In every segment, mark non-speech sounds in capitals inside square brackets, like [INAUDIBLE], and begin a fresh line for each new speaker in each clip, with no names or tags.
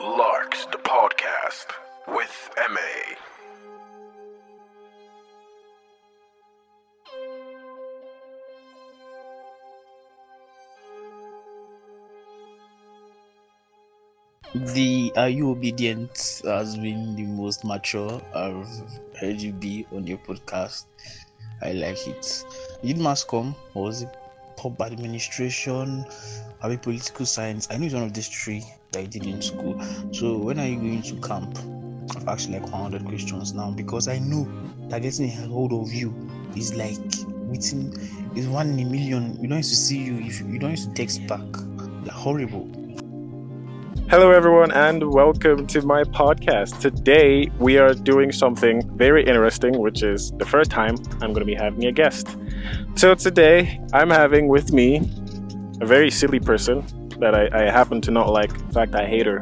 Larks the podcast with MA.
The Are You Obedient has been the most mature I've heard you be on your podcast. I like it. Did mass come or was it pop administration? Are we political science? I knew it's one of these three that I did in school. So when are you going to camp? I've asked like 100 questions now because I know that getting a hold of you is like within is one in a million. You don't used to see you if you don't used to text back. They're horrible.
Hello, everyone, and welcome to my podcast. Today, we are doing something very interesting, which is the first time I'm going to be having a guest. So, today, I'm having with me a very silly person that I, I happen to not like. In fact, I hate her.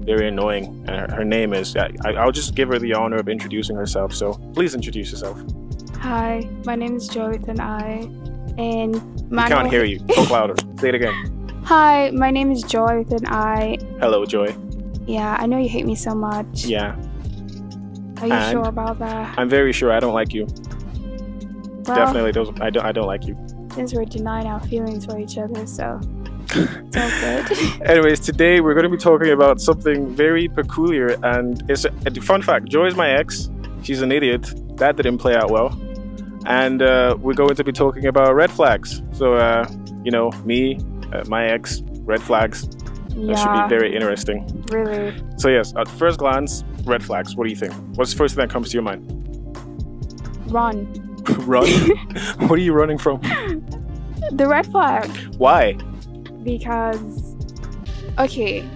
Very annoying. And her, her name is, I, I'll just give her the honor of introducing herself. So, please introduce yourself.
Hi, my name is Jonathan I, and my
I can't hear you. Talk louder. Say it again.
Hi, my name is Jonathan I.
Hello, Joy.
Yeah, I know you hate me so much.
Yeah,
Are you
and-
sure about that?
I'm very sure I don't like you.
Well,
Definitely, don't, I, don't, I don't like you.
since we're denying our feelings for each
[LAUGHS]
other, so it's all good.
Anyways, today we're going to be talking about something very peculiar, and it's a, a fun fact. Joy is my ex. She's an idiot. That didn't play out well, and uh, we're going to be talking about red flags. So, uh, you know, me, uh, my ex, red flags. That
yeah,
should be very interesting.
really.
So, yes, at first glance, red flags. What do you think? What's the first thing that comes to your mind? [LAUGHS]
Run.
Run. what are you running from?
The red flag
Why?
because okay,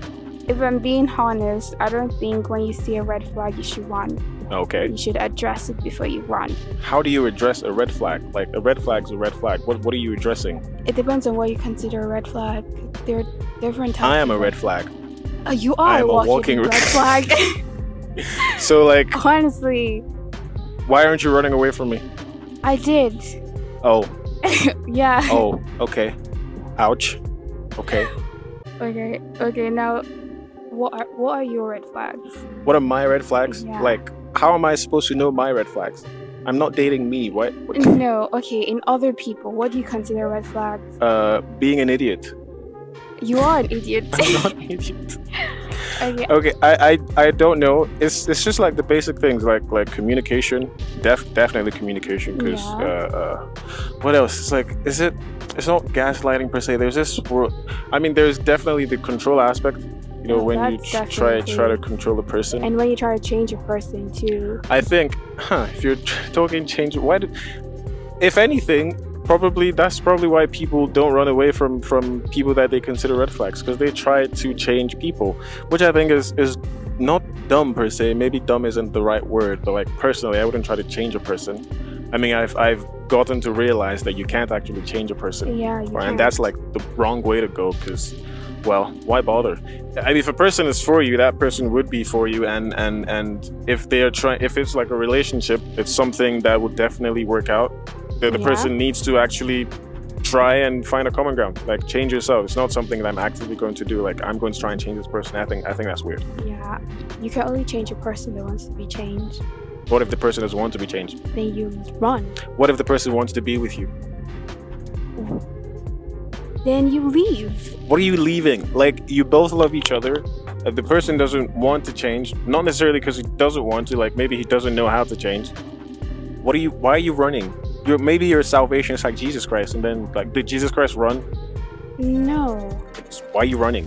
if I'm being honest, I don't think when you see a red flag you should run.
Okay.
You should address it before you run.
How do you address a red flag? Like a red flag's a red flag. What What are you addressing?
It depends on what you consider a red flag. There are different types.
I am a
of
red flag.
Uh, you
I
are
am
a
a
walking,
walking
red
[LAUGHS]
flag. [LAUGHS]
So like,
Honestly,
why aren't you running away from me?
I did.
Oh,
Yeah.
oh, okay. Ouch. Okay.
Okay. Okay. Now, what are what are your red flags?
What are my red flags?
Yeah.
Like, how am I supposed to know my red flags? I'm not dating me. What?
no. Okay. In other people, what do you consider red flags?
Uh, being an idiot. [LAUGHS]
You are an idiot. [LAUGHS]
I'm not an idiot.
okay.
Okay, I, I, I don't know. It's it's just like the basic things like like communication. Def, definitely communication. Cause
Yeah.
uh, uh, what else? It's like is it? It's not gaslighting per se. There's this. wor- I mean, there's definitely the control aspect. You know,
Oh,
when you
that's
tr- try try to
definitely-
control a person.
And when you try to change a person too.
I think, huh, if you're t- talking change, why? Do, if anything, probably that's probably why people don't run away from from people that they consider red flags because they try to change people, which I think is is not dumb per se. Maybe dumb isn't the right word, but like personally, I wouldn't try to change a person. I mean, I've I've gotten to realize that you can't actually change a person,
Yeah. You
right?
can.
and that's like the wrong way to go because. Well, why bother? I mean, if a person is for you, that person would be for you, and and and if they are trying, if it's like a relationship, it's something that would definitely work out. The, the
Yeah.
person needs to actually try and find a common ground, like change yourself. It's not something that I'm actively going to do. Like I'm going to try and change this person. I think I think that's weird.
yeah. You can only change a person that wants to be changed.
What if the person doesn't want to be changed?
Then you run.
What if the person wants to be with you?
Then you leave.
What are you leaving? Like you both love each other. If the person doesn't want to change, not necessarily because he doesn't want to, like maybe he doesn't know how to change. What are you? Why are you running? Your maybe your salvation is like Jesus Christ, and then like did Jesus Christ run?
No.
Why are you running?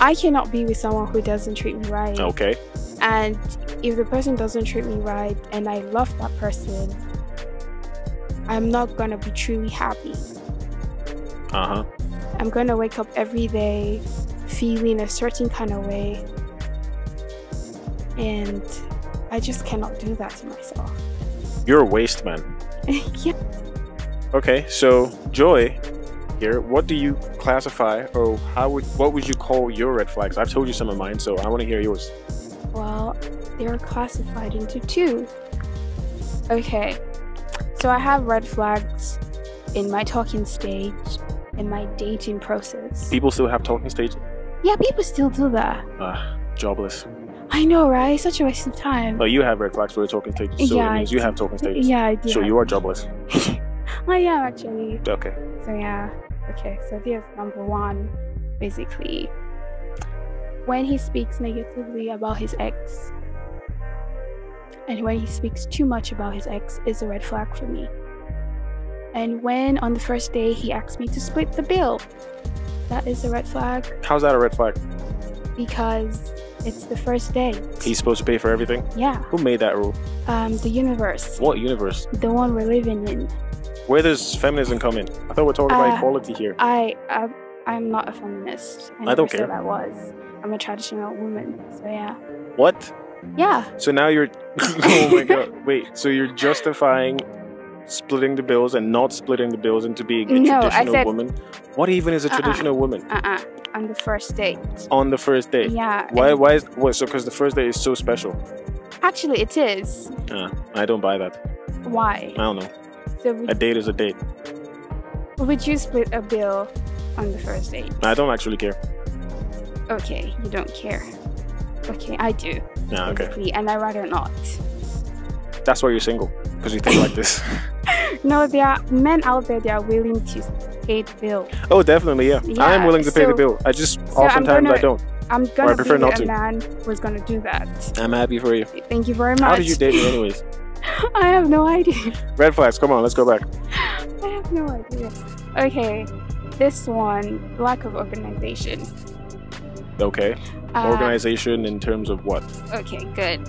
I cannot be with someone who doesn't treat me right.
Okay,
And if the person doesn't treat me right and I love that person, I'm not gonna be truly happy.
uh huh.
I'm gonna wake up every day feeling a certain kind of way. And I just cannot do that to myself. [LAUGHS]
You're a waste man.
yeah.
Okay, so Joy here, what do you classify or how would what would you call your red flags? I've told you some of mine, so I want to hear yours.
Well, they are classified into two. Okay. So I have red flags in my talking stage and my dating process.
People still have talking stage.
Yeah, people still do that.
Ah, jobless.
I know, right? Such a waste of time.
But you have red flags for your talking status, so
Yeah,
it
I
means you
do.
have talking status.
yeah, I do.
So
[LAUGHS]
you are jobless.
I am actually.
Okay.
So yeah, okay. So there's number one, basically. When he speaks negatively about his ex, and when he speaks too much about his ex, is a red flag for me. And when on the first day he asked me to split the bill, that is a red flag
How's that a red flag?
because it's the first day.
He's supposed to pay for everything.
Yeah,
Who made that rule?
um, the universe,
What universe?
the one we're living in.
Where does feminism come in? I thought we're talking
Uh,
about equality here.
I, I I'm not a feminist.
I don't
never said
care.
I was. I'm a traditional woman. So yeah,
What?
yeah,
So now you're. [LAUGHS] oh my god. Wait. So you're justifying splitting the bills and not splitting the bills into being a
No, I
traditional
said-
woman? What even is a
Uh-uh.
traditional woman
uh, uh on the first date.
on the first day?
Yeah.
Why?
and-
Why is? Well, so because the first day is so special.
Actually, it is.
I don't buy that.
Why?
I don't know.
So
A
would,
date is a date.
would you split a bill on the first date?
I don't actually care.
Okay, you don't care. Okay, I do.
Nah, okay.
basically, And I rather not.
That's why you're single because you think like this.
No, there are men out there that are willing to pay the bill.
Oh, definitely, yeah. I am
Yeah,
willing to pay the
so-
bill. I just
I'm
oftentimes I
gonna-
don't.
I'm gonna
prefer
be
not
with
to.
a man who's gonna do that.
I'm happy for you.
Thank you very much.
How did you date me, anyways?
[LAUGHS] I have no idea. [LAUGHS]
Red flags. Come on, let's go back.
I have no idea. Okay, this one lack of organization.
Okay.
Uh,
Organization in terms of what?
Okay, good.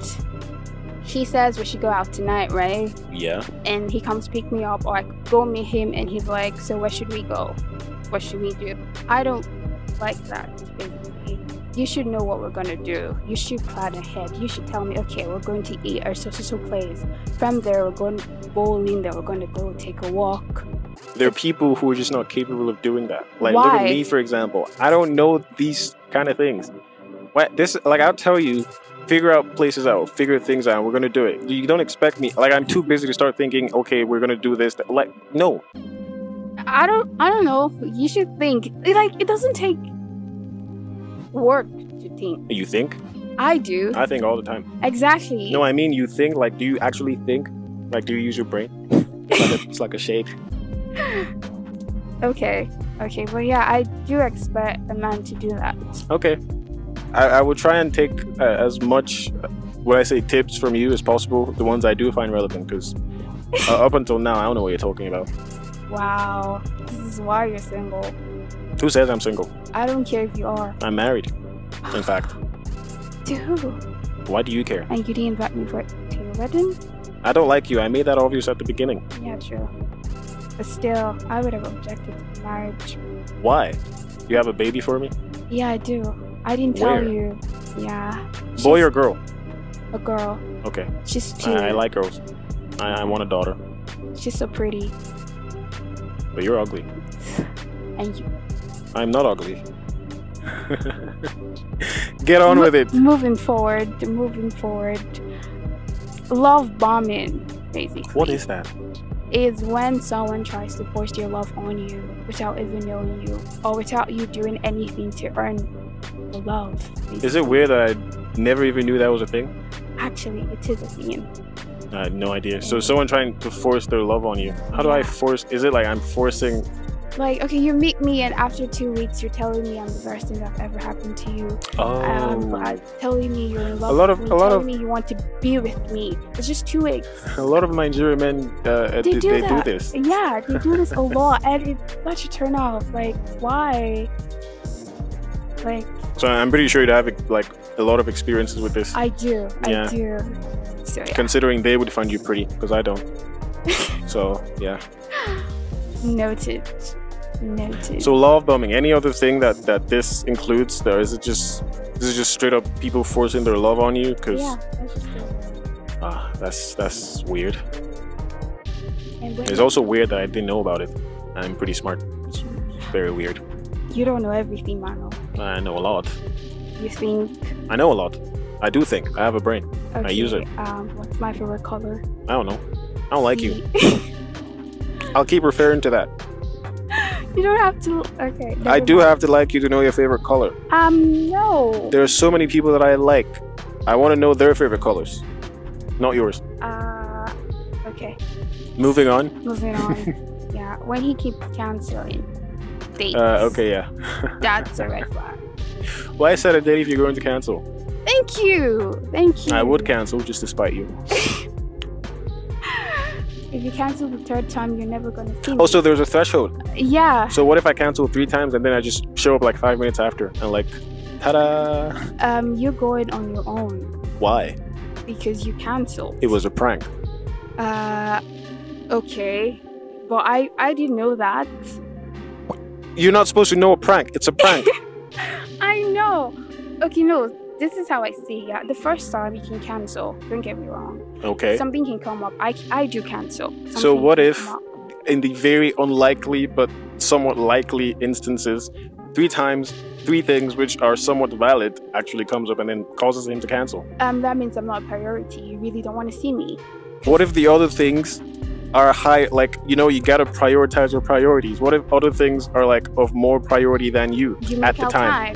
He says we should go out tonight, right?
Yeah.
And he comes pick me up, or I go meet him, and he's like, "So where should we go? What should we do?" I don't like that. Basically, you should know what we're gonna do. You should plan ahead. You should tell me, "Okay, we're going to eat at so so so place. From there, we're going bowling. There, we're going to go take a walk."
There are people who are just not capable of doing that. Like look at
Why?
me, for example. I don't know these kind of things. What this like I'll tell you, figure out places out, figure things out, we're gonna do it. You don't expect me like I'm too busy to start thinking, okay, we're gonna do this. Like, no.
I don't I don't know. You should think. It, Like it doesn't take work to think.
You think?
I do.
I think all the time.
exactly.
No, I mean you think. Like, do you actually think? Like, do you use your brain? It's like a, it's like a shade.
okay. Okay, but yeah, I do expect a man to do that.
Okay. I, I will try and take uh, as much, uh, what I say, tips from you as possible. The ones I do find relevant, because uh, up until now, I don't know what you're talking about.
Wow. This is why you're single.
Who says I'm single?
I don't care if you are.
I'm married. In fact,
To who?
why do you care?
[LAUGHS] And you didn't invite me for to your wedding?
I don't like you. I made that obvious at the beginning.
Yeah, true. But still, I would have objected to the marriage.
Why? You have a baby for me?
Yeah, I do. I didn't
Where?
tell you. Yeah.
Boy
She's
or girl?
a girl.
Okay.
She's two.
I, I like girls. I, I want a daughter.
She's so pretty.
But you're ugly.
And you
I'm not ugly. [LAUGHS] Get on with it.
moving forward, moving forward. Love bombing, basically.
What is that?
is when someone tries to force their love on you without even knowing you or without you doing anything to earn the love. basically.
Is it weird that I never even knew that was a thing?
Actually, it is a thing.
I had no idea. So someone trying to force their love on you. How do I
Yeah.
force? Is it like I'm forcing?
Like, okay, you meet me, and after two weeks, you're telling me I'm the worst thing that's ever happened to you.
Oh.
Um, uh, telling me you're in love.
lot
with
of-
me,
a lot
telling
of-
me you want to be with me. It's just two weeks.
a lot of Nigerian men uh,
They
they,
do
they do
that.
this.
Yeah, they do this a lot, and it's such a turn off. Like, why? Like,
So I'm pretty sure you'd have like a lot of experiences with this.
I do,
Yeah.
I do. So yeah,
Considering they would find you pretty, because I
[LAUGHS]
don't. so yeah.
noted, noted.
So love bombing. Any other thing that that this includes? There is it just this is just straight up people forcing their love on you? Because
yeah, that's just it.
ah, that's that's weird.
And when
It's also weird that I didn't know about it. I'm pretty smart. It's very weird.
you don't know everything, Mano.
I know a lot.
You think?
I know a lot. I do think. I have a brain.
Okay,
use it.
Um, what's my favorite color?
I don't know. I don't like you. I'll keep referring to that.
[LAUGHS] You don't have to. Okay.
I
never
do
mind.
have to like you to know your favorite color.
Um, no.
There are so many people that I like. I want to know their favorite colors, not yours.
Uh, okay.
Moving on.
Moving on.
[LAUGHS]
yeah, when he keeps canceling dates.
Uh, okay, yeah.
That's a red flag.
Why set a date if you're going to cancel?
Thank you. Thank you.
I would cancel just to spite you.
If you cancel the third time, you're never gonna see me.
Also, Oh, there's a threshold.
yeah.
So what if I cancel three times and then I just show up like five minutes after and like, ta-da?
Um, you're going on your own
Why?
because you canceled.
It was a prank.
Uh, okay. But I I didn't know that.
You're not supposed to know a prank. It's a prank.
I know. Okay, no. This is how I see it. The first time you can cancel. Don't get me wrong.
okay.
Something can come up. I I do cancel. Something
So what
can
if-
come up.
in the very unlikely but somewhat likely instances, three times, three things which are somewhat valid actually comes up and then causes him to cancel.
um that means I'm not a priority. You really don't want to see me.
What if the other things are high, like, you know, you gotta prioritize your priorities? What if other things are like of more priority than you?
You
At
make
the
out
time.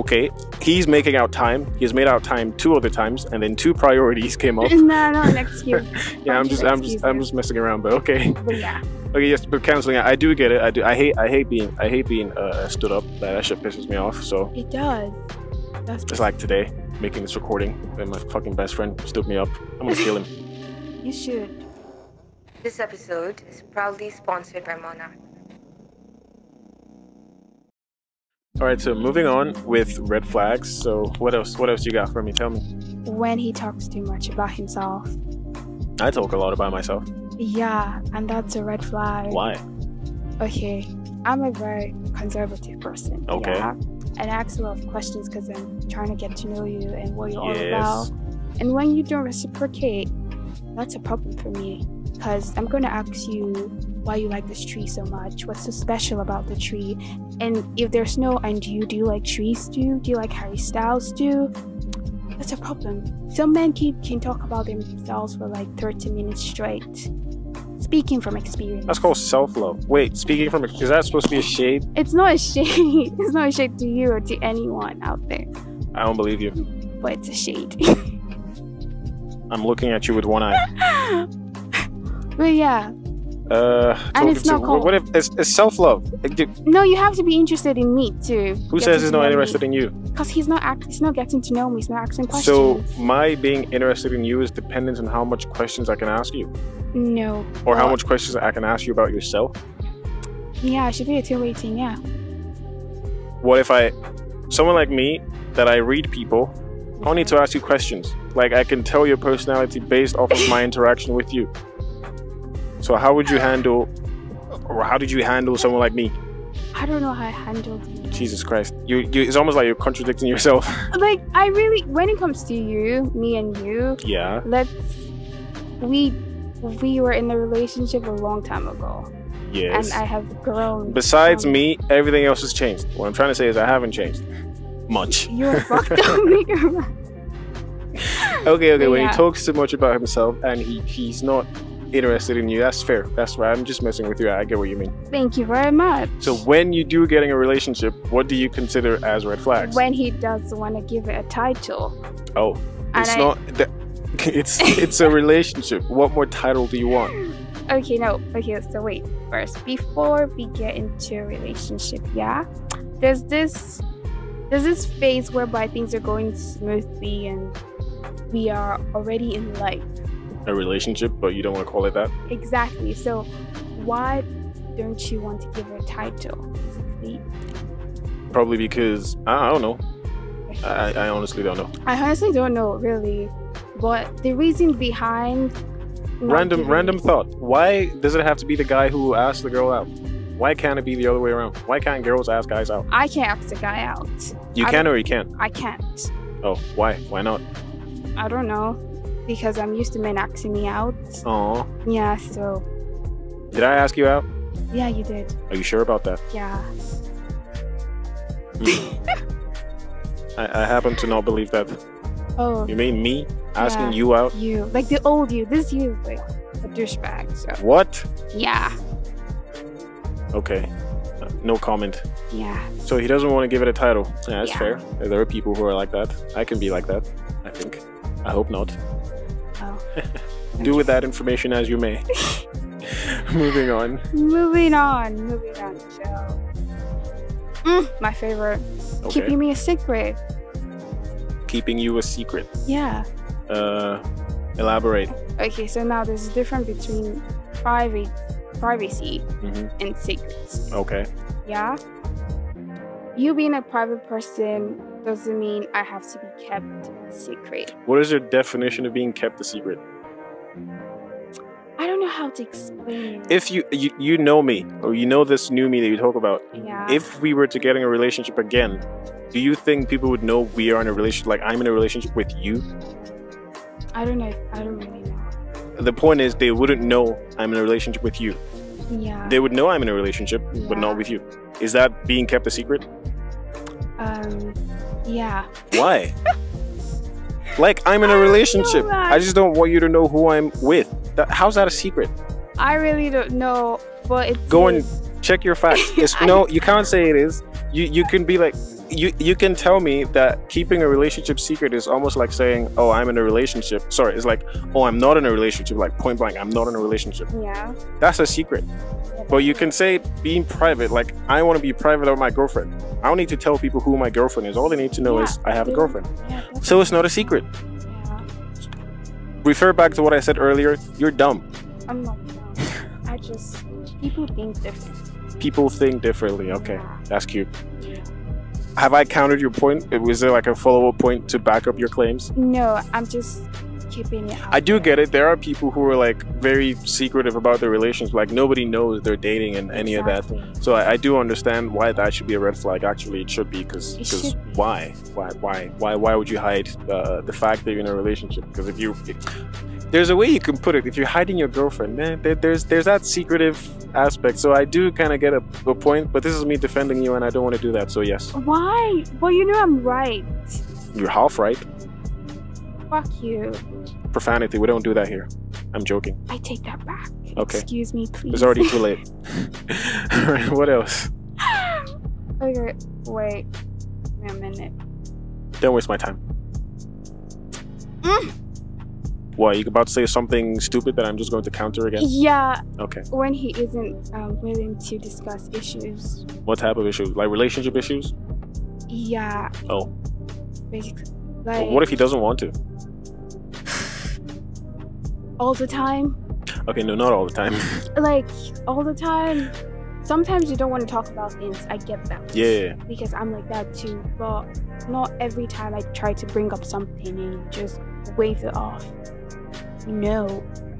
Okay, he's making out time, he's made out time two other times, and then two priorities came
[LAUGHS]
up.
[LAUGHS] no, no, an
[LAUGHS]
excuse.
yeah, I'm
bunch
just,
of
I'm just, I'm
excuses.
just messing around, but okay.
But yeah.
Okay, yes, but canceling. I I do get it. I do. I hate. I hate being. I hate being uh, stood up. That, that shit pisses me off. So
It does. That's
it's like today, making this recording, and my fucking best friend stood me up. I'm gonna kill him.
you should.
This episode is proudly sponsored by Monarch.
All right. So moving on with red flags. So what else? What else you got for me? Tell me.
When he talks too much about himself.
I talk a lot about myself.
Yeah, and that's a red flag.
Why?
Okay. I'm a very conservative person.
Okay.
Yeah? And I ask a lot of questions because I'm trying to get to know you and what you're all
Yes.
about. And when you don't reciprocate, that's a problem for me. Because I'm going to ask you why you like this tree so much. What's so special about the tree? And if there's no, and do you, do you like trees too? Do you like Harry Styles too? That's a problem. Some men keep, can talk about themselves for like 30 minutes straight. Speaking from experience.
That's called self love. Wait. Speaking from, is that supposed to be a shade?
It's not a shade. [LAUGHS] It's not a shade to you or to anyone out there,
I don't believe you.
but it's a shade. [LAUGHS]
I'm looking at you with one eye.
but yeah,
Uh, talking
it's not
to-
called-
What if it's, it's self love?
no, you have to be interested in me too.
Who says he's not interested in you?
Because he's not act. He's not getting to know me. He's not asking questions.
So my being interested in you is dependent on how much questions I can ask you,
no.
or how
Well,
much questions I can ask you about yourself.
Yeah, it should be a two-way thing. Yeah.
What if I, someone like me, that I read people, I don't need to ask you questions. Like I can tell your personality based off
[LAUGHS]
of my interaction with you. So how would you handle, or how did you handle someone like me?
I don't know how I handled you.
Jesus Christ, you, you it's almost like you're contradicting yourself.
Like I really, when it comes to you, me and you,
[LAUGHS] yeah.
let's we we were in a relationship a long time ago,
Yes.
and I have grown.
Besides
um,
me, everything else has changed. What I'm trying to say is I haven't changed much.
you're fucked up. [LAUGHS] nigga.
[LAUGHS] Okay, okay.
But
When
yeah.
he talks too much about himself and he, he's not interested in you, that's fair. That's right. I'm just messing with you. I get what you mean.
Thank you very much.
So when you do get in a relationship, what do you consider as red flags?
when he does want to give it a title.
oh,
And
it's
I-
not. The, [LAUGHS] it's it's a relationship. What more title do you want?
Okay, no. Okay, so wait. First, before we get into a relationship, yeah, there's this there's this phase whereby things are going smoothly and we are already in light.
A relationship, but you don't want to call it that.
Exactly. So why don't you want to give it a title? basically?
Probably because I, I don't know. I, I honestly don't know.
I honestly don't know really, but the reason behind not
random
giving-
random thought. Why does it have to be the guy who asks the girl out? Why can't it be the other way around? Why can't girls ask guys out?
I can't ask the guy out.
You
I
can or you can't.
I can't.
Oh, why? Why not?
I don't know because I'm used to men asking me out.
Oh,
Yeah, so
did I ask you out?
yeah, you did.
Are you sure about that?
Yeah,
I, I happen to not believe that.
oh,
You mean me asking
Yeah.
you out?
you like the old you. This you is like a douchebag. So
What?
yeah,
Okay. Uh, No comment.
Yeah.
So he doesn't want to give it a title. Yeah, that's
Yeah.
fair. There are people who are like that. I can be like that. I think. I hope not.
Oh.
[LAUGHS] Do with that information as you may. [LAUGHS] Moving on.
Moving on. Moving on. So. Mm, my favorite.
Okay.
Keeping me a secret.
Keeping you a secret.
Yeah.
Uh, elaborate.
Okay. So now there's a difference between private privacy
hmm
and secrets.
Okay.
Yeah. You being a private person doesn't mean I have to be kept secret.
What is your definition of being kept a secret?
I don't know how to explain. it.
If you you, you know me or you know this new me that you talk about,
yeah.
if we were to get in a relationship again, do you think people would know we are in a relationship? Like I'm in a relationship with you.
I don't know. If, I don't really know.
The point is, they wouldn't know I'm in a relationship with you.
Yeah.
They would know I'm in a relationship, but
Yeah.
not with you. Is that being kept a secret?
Um. Yeah.
Why? [LAUGHS] like I'm in
I
a
don't know
relationship.
that.
I just don't want you to know who I'm with. That, how's that a secret?
I really don't know, but it's
Go and check your
[LAUGHS]
facts. It's no, you can't say it is. You you can be like you you can tell me that keeping a relationship secret is almost like saying, "Oh, I'm in a relationship." Sorry, it's like, "Oh, I'm not in a relationship." Like point blank, I'm not in a relationship.
Yeah.
That's a secret. But you can say being private, like I want to be private with my girlfriend. I don't need to tell people who my girlfriend is. All they need to know
Yeah,
is I have a
yeah.
girlfriend.
Yeah, that's-
So it's not a secret.
yeah.
Refer back to what I said earlier. You're dumb.
I'm not. dumb. I just people think different.
People think differently. Okay,
Yeah.
that's cute. Have I countered your point? Was there like a follow up point to back up your claims?
No, I'm just keeping it. Out
I do get it. There are people who are like very secretive about their relations. Like nobody knows they're dating and any of that. So I, I do understand why that should be a red flag. Actually, it should be because
It should be.
why why why why why would you hide uh, the fact that you're in a relationship? Because if you there's a way you can put it. If you're hiding your girlfriend, man, there, there's there's that secretive aspect. So I do kind of get a, a point, but this is me defending you, and I don't want to do that. So yes,
Why? Well, you know I'm right.
you're half right.
Fuck you.
Profanity. We don't do that here. I'm joking.
I take that back.
Okay.
Excuse me, please.
It's already too late. [LAUGHS] All right. What else?
okay. Wait. Wait a minute.
Don't waste my time.
Mm.
What? You about to say something stupid that I'm just going to counter again?
Yeah.
Okay.
When he isn't um, willing to discuss issues.
What type of issues? Like relationship issues?
Yeah.
Oh.
Basically. Like
What if he doesn't want to?
all the time?
Okay, no, not all the time. [LAUGHS]
Like all the time. Sometimes you don't want to talk about things. I get that.
yeah.
Because I'm like that too. But not every time I try to bring up something and you just wave it off. No.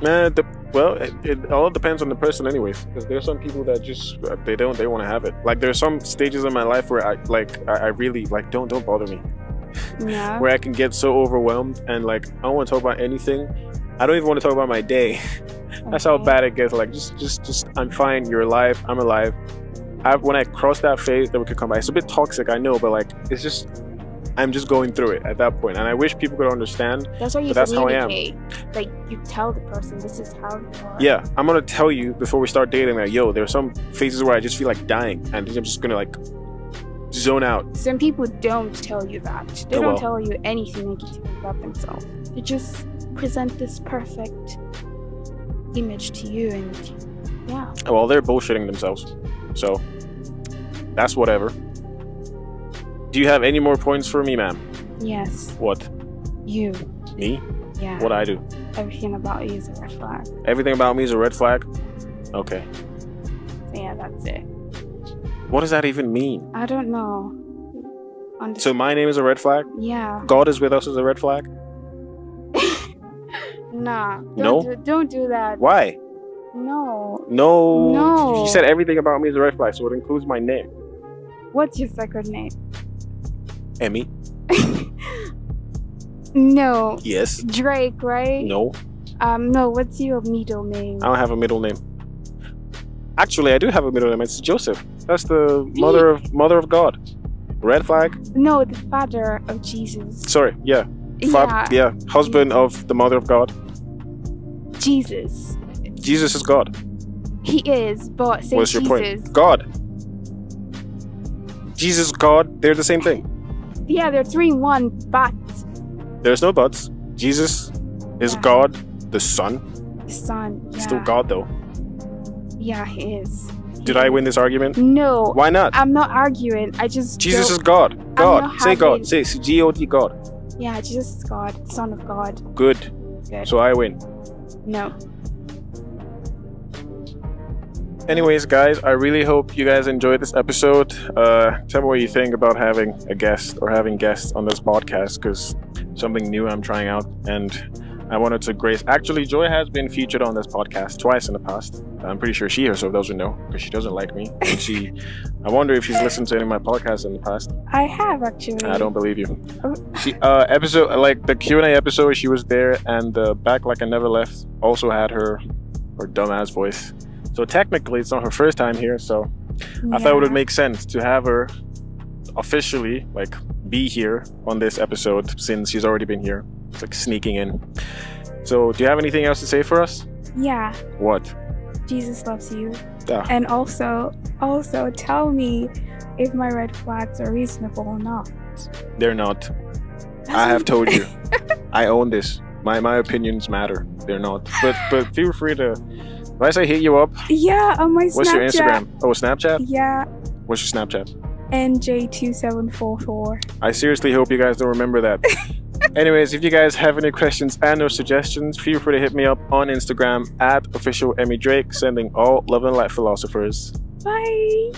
Man, the, well, it, it all depends on the person, anyways. Because there's some people that just uh, they don't they want to have it. Like there's some stages in my life where I like I, I really like don't don't bother me.
No.
Where I can get so overwhelmed and like I don't want to talk about anything. I don't even want to talk about my day. [LAUGHS] That's how
Okay.
bad it gets. Like just just just I'm fine. You're alive. I'm alive. I, when I cross that phase, then we could come back. It's a bit toxic, I know, but like it's just I'm just going through it at that point, and I wish people could understand.
That's why you
But that's how I am.
communicate. Like you tell the person this is how you are.
Yeah, I'm gonna tell you before we start dating that yo, there are some phases where I just feel like dying, and I'm just gonna like zone out.
Some people don't tell you that. They
Oh,
don't
well.
tell you anything negative about themselves. They just present this perfect image to you and yeah.
Well, they're bullshitting themselves, so that's whatever. Do you have any more points for me, ma'am?
Yes.
What
You.
me?
Yeah.
What I do?
Everything about you is a red flag.
Everything about me is a red flag. Okay,
So yeah, that's it.
what does that even mean?
I don't know. Under-
So my name is a red flag.
yeah.
God is with us is a red flag.
Nah. Don't
No?
Do, don't do that.
Why?
No.
No.
No.
You said everything about me is a red flag, so it includes my name,
What's your second name? [LAUGHS]
Emmy.
No.
Yes.
Drake, right?
No. Um,
Um, no, what's your middle name?
I don't have a middle name. Actually, I do have a middle name. It's Joseph. That's the mother of mother of God. Red flag.
no, the father of Jesus.
Sorry. Yeah. Fab- yeah. Husband of the mother of God.
Jesus.
Jesus is God.
He is, but Saint
What's your
Jesus.
point? God. Jesus, God, they're the same thing.
Yeah, they're three in one, but
There's no buts. Jesus is
Yeah.
God, the Son.
the son. Yeah,
Still God, though.
yeah, he is.
Did I win this argument?
No,
Why not?
I'm not arguing. I just
Jesus
don't-
is God. God.
not
Say
having-
God. Say G O D God.
yeah, Jesus is God, Son of God.
Good.
Good.
So I win.
No,
Anyways, guys, I really hope you guys enjoyed this episode. Uh, tell me what you think about having a guest or having guests on this podcast because something new I'm trying out and I wanted to grace. Actually, Joy has been featured on this podcast twice in the past. I'm pretty sure she herself doesn't know because she doesn't like me. And she, I wonder if she's listened to any of my podcasts in the past.
I have actually.
I don't believe you.
Oh.
She, uh, episode like the Q and A episode, she was there, and the back like I never left also had her her dumbass voice. So technically, it's not her first time here. So I thought it
Yeah.
would make sense to have her officially like be here on this episode since she's already been here, It's like sneaking in. So do you have anything else to say for us?
Yeah,
What?
Jesus loves you.
Ah.
And also, also tell me if my red flags are reasonable or not.
They're not. I have told you. I own this. My my opinions matter. They're not. But but feel free to. If I say hit you up,
Yeah, on my
what's
Snapchat.
your Instagram? Oh, Snapchat.
Yeah,
What's your Snapchat?
NJ2744.
I seriously hope you guys don't remember that. Anyways, if you guys have any questions and or suggestions, feel free to hit me up on Instagram at official Emmy Drake. Sending all love and light philosophers.
Bye.